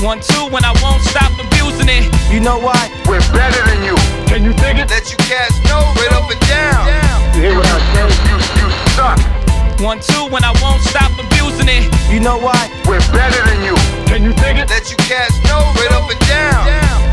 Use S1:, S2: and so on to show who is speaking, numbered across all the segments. S1: One, two, and I won't stop abusing it.
S2: You know what?
S3: We're better than you.
S4: Can you dig it?
S3: Let you cats know straight up and down. You hear what I say? You, you suck.
S1: One, two, and I won't stop abusing it.
S2: You know what?
S3: We're better than you.
S4: Can you dig it?
S3: Let you cats know straight up and down.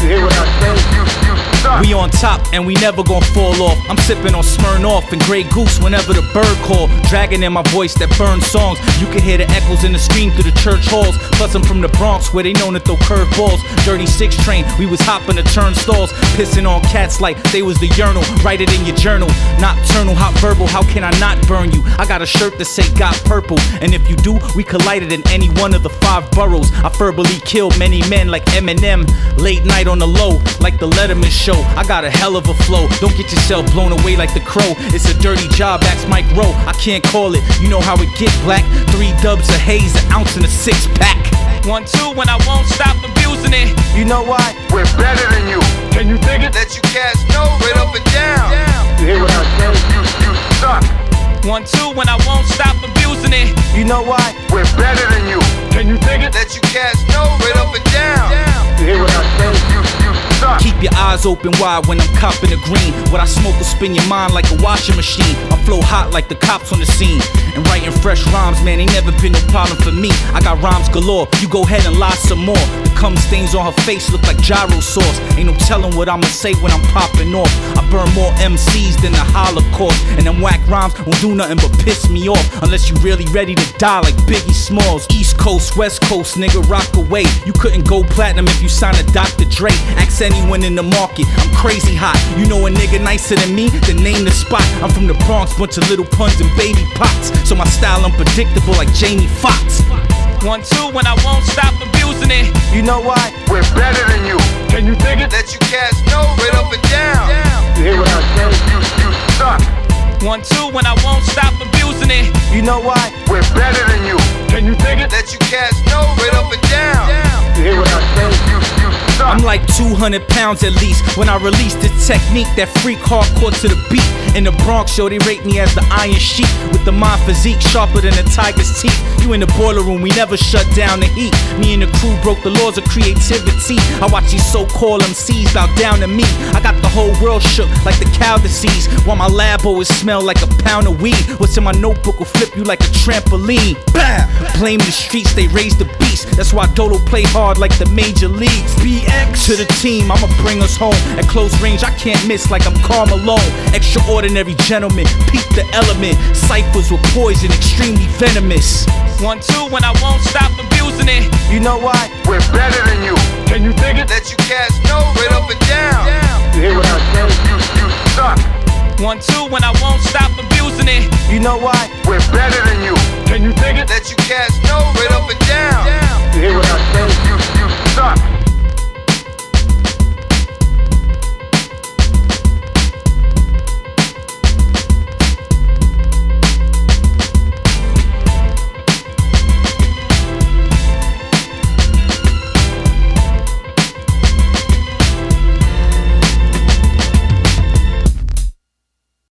S3: You hear what I say? You, you suck.
S5: We on top and we never gon' fall off. I'm sipping on Smirnoff and Grey Goose whenever the bird call. Dragging in my voice that burns songs. You can hear the echoes in the stream through the church halls. Plus I'm from the Bronx where they known to throw curveballs. Dirty six train, we was hopping the turnstiles, pissing on cats like they was the urinal. Write it in your journal. Nocturnal, hot verbal. How can I not burn you? I got a shirt that say got purple, and if you do, we collided in any one of the five boroughs. I verbally killed many men like Eminem. Late night on the low, like the Letterman show. I got a hell of a flow. Don't get yourself blown away like the crow. It's a dirty job, ask Mike Rowe. I can't call it. You know how it get black. Three dubs of haze, an ounce and a six pack.
S1: One, two, and I won't stop abusing it.
S2: You know what?
S3: We're better than you.
S4: Can you dig it?
S3: Let you cats know straight up and down. You hear what I say? You, you suck.
S1: One, two, and I won't stop abusing it.
S2: You know what?
S3: We're better than you.
S4: Can you dig it?
S3: Let you cats know straight up and down. You hear what I say? You, you suck.
S5: Keep your eyes open wide when I'm copping the green. What I smoke will spin your mind like a washing machine. I flow hot like the cops on the scene. And writing fresh rhymes, man, ain't never been no problem for me. I got rhymes galore. You go ahead and lie some more. The cum stains on her face look like gyro sauce. Ain't no telling what I'ma say when I'm popping off. I burn more MCs than the Holocaust. And them whack rhymes won't do nothing but piss me off. Unless you really ready to die like Biggie Smalls. East Coast, West Coast, nigga, rock away. You couldn't go platinum if you signed a Dr. Dre. Ask anyone in the market. I'm crazy hot. You know a nigga nicer than me? Then name the spot. I'm from the Bronx, bunch of little puns and baby pots. So my style unpredictable like Jamie Foxx.
S1: One, two, and I won't stop abusing it.
S2: You know what?
S3: We're better than you.
S4: Can you dig it?
S3: Let you cats know straight up and down. You hear what I say? You, you suck.
S1: One, two, and I won't stop abusing it.
S2: You know what?
S3: We're better than you.
S4: Can you dig it?
S3: Let you cats know straight up and down. You hear what I say? You, you suck.
S5: I'm like 200 pounds at least when I release this technique that freak hardcore to the beat. In the Bronx show, they rate me as the Iron Sheik with the mind physique sharper than a tiger's teeth. You in the boiler room, we never shut down the heat. Me and the crew broke the laws of creativity. I watch these so-called MCs bow down to me. I got the whole world shook like the cow disease. While my lab always smell like a pound of weed. What's in my notebook will flip you like a trampoline. Bam! Blame the streets, they raise the beast. That's why Dolo play hard like the major leagues. BX to the team, I'ma bring us home. At close range, I can't miss like I'm Carl Malone. Extraordinary gentleman, peep the element. Ciphers with poison, extremely venomous.
S1: One, two, and I won't stop abusing it.
S2: You know what?
S3: We're better than you.
S4: Can you dig it?
S3: Let you cats know straight up and down. You hear what I say? You, you suck.
S1: One, two, and I won't stop abusing it.
S2: You know what?
S3: We're better than you.
S4: Can you dig it?
S3: Let you cats know straight up and down. You hear what I say? You, you suck.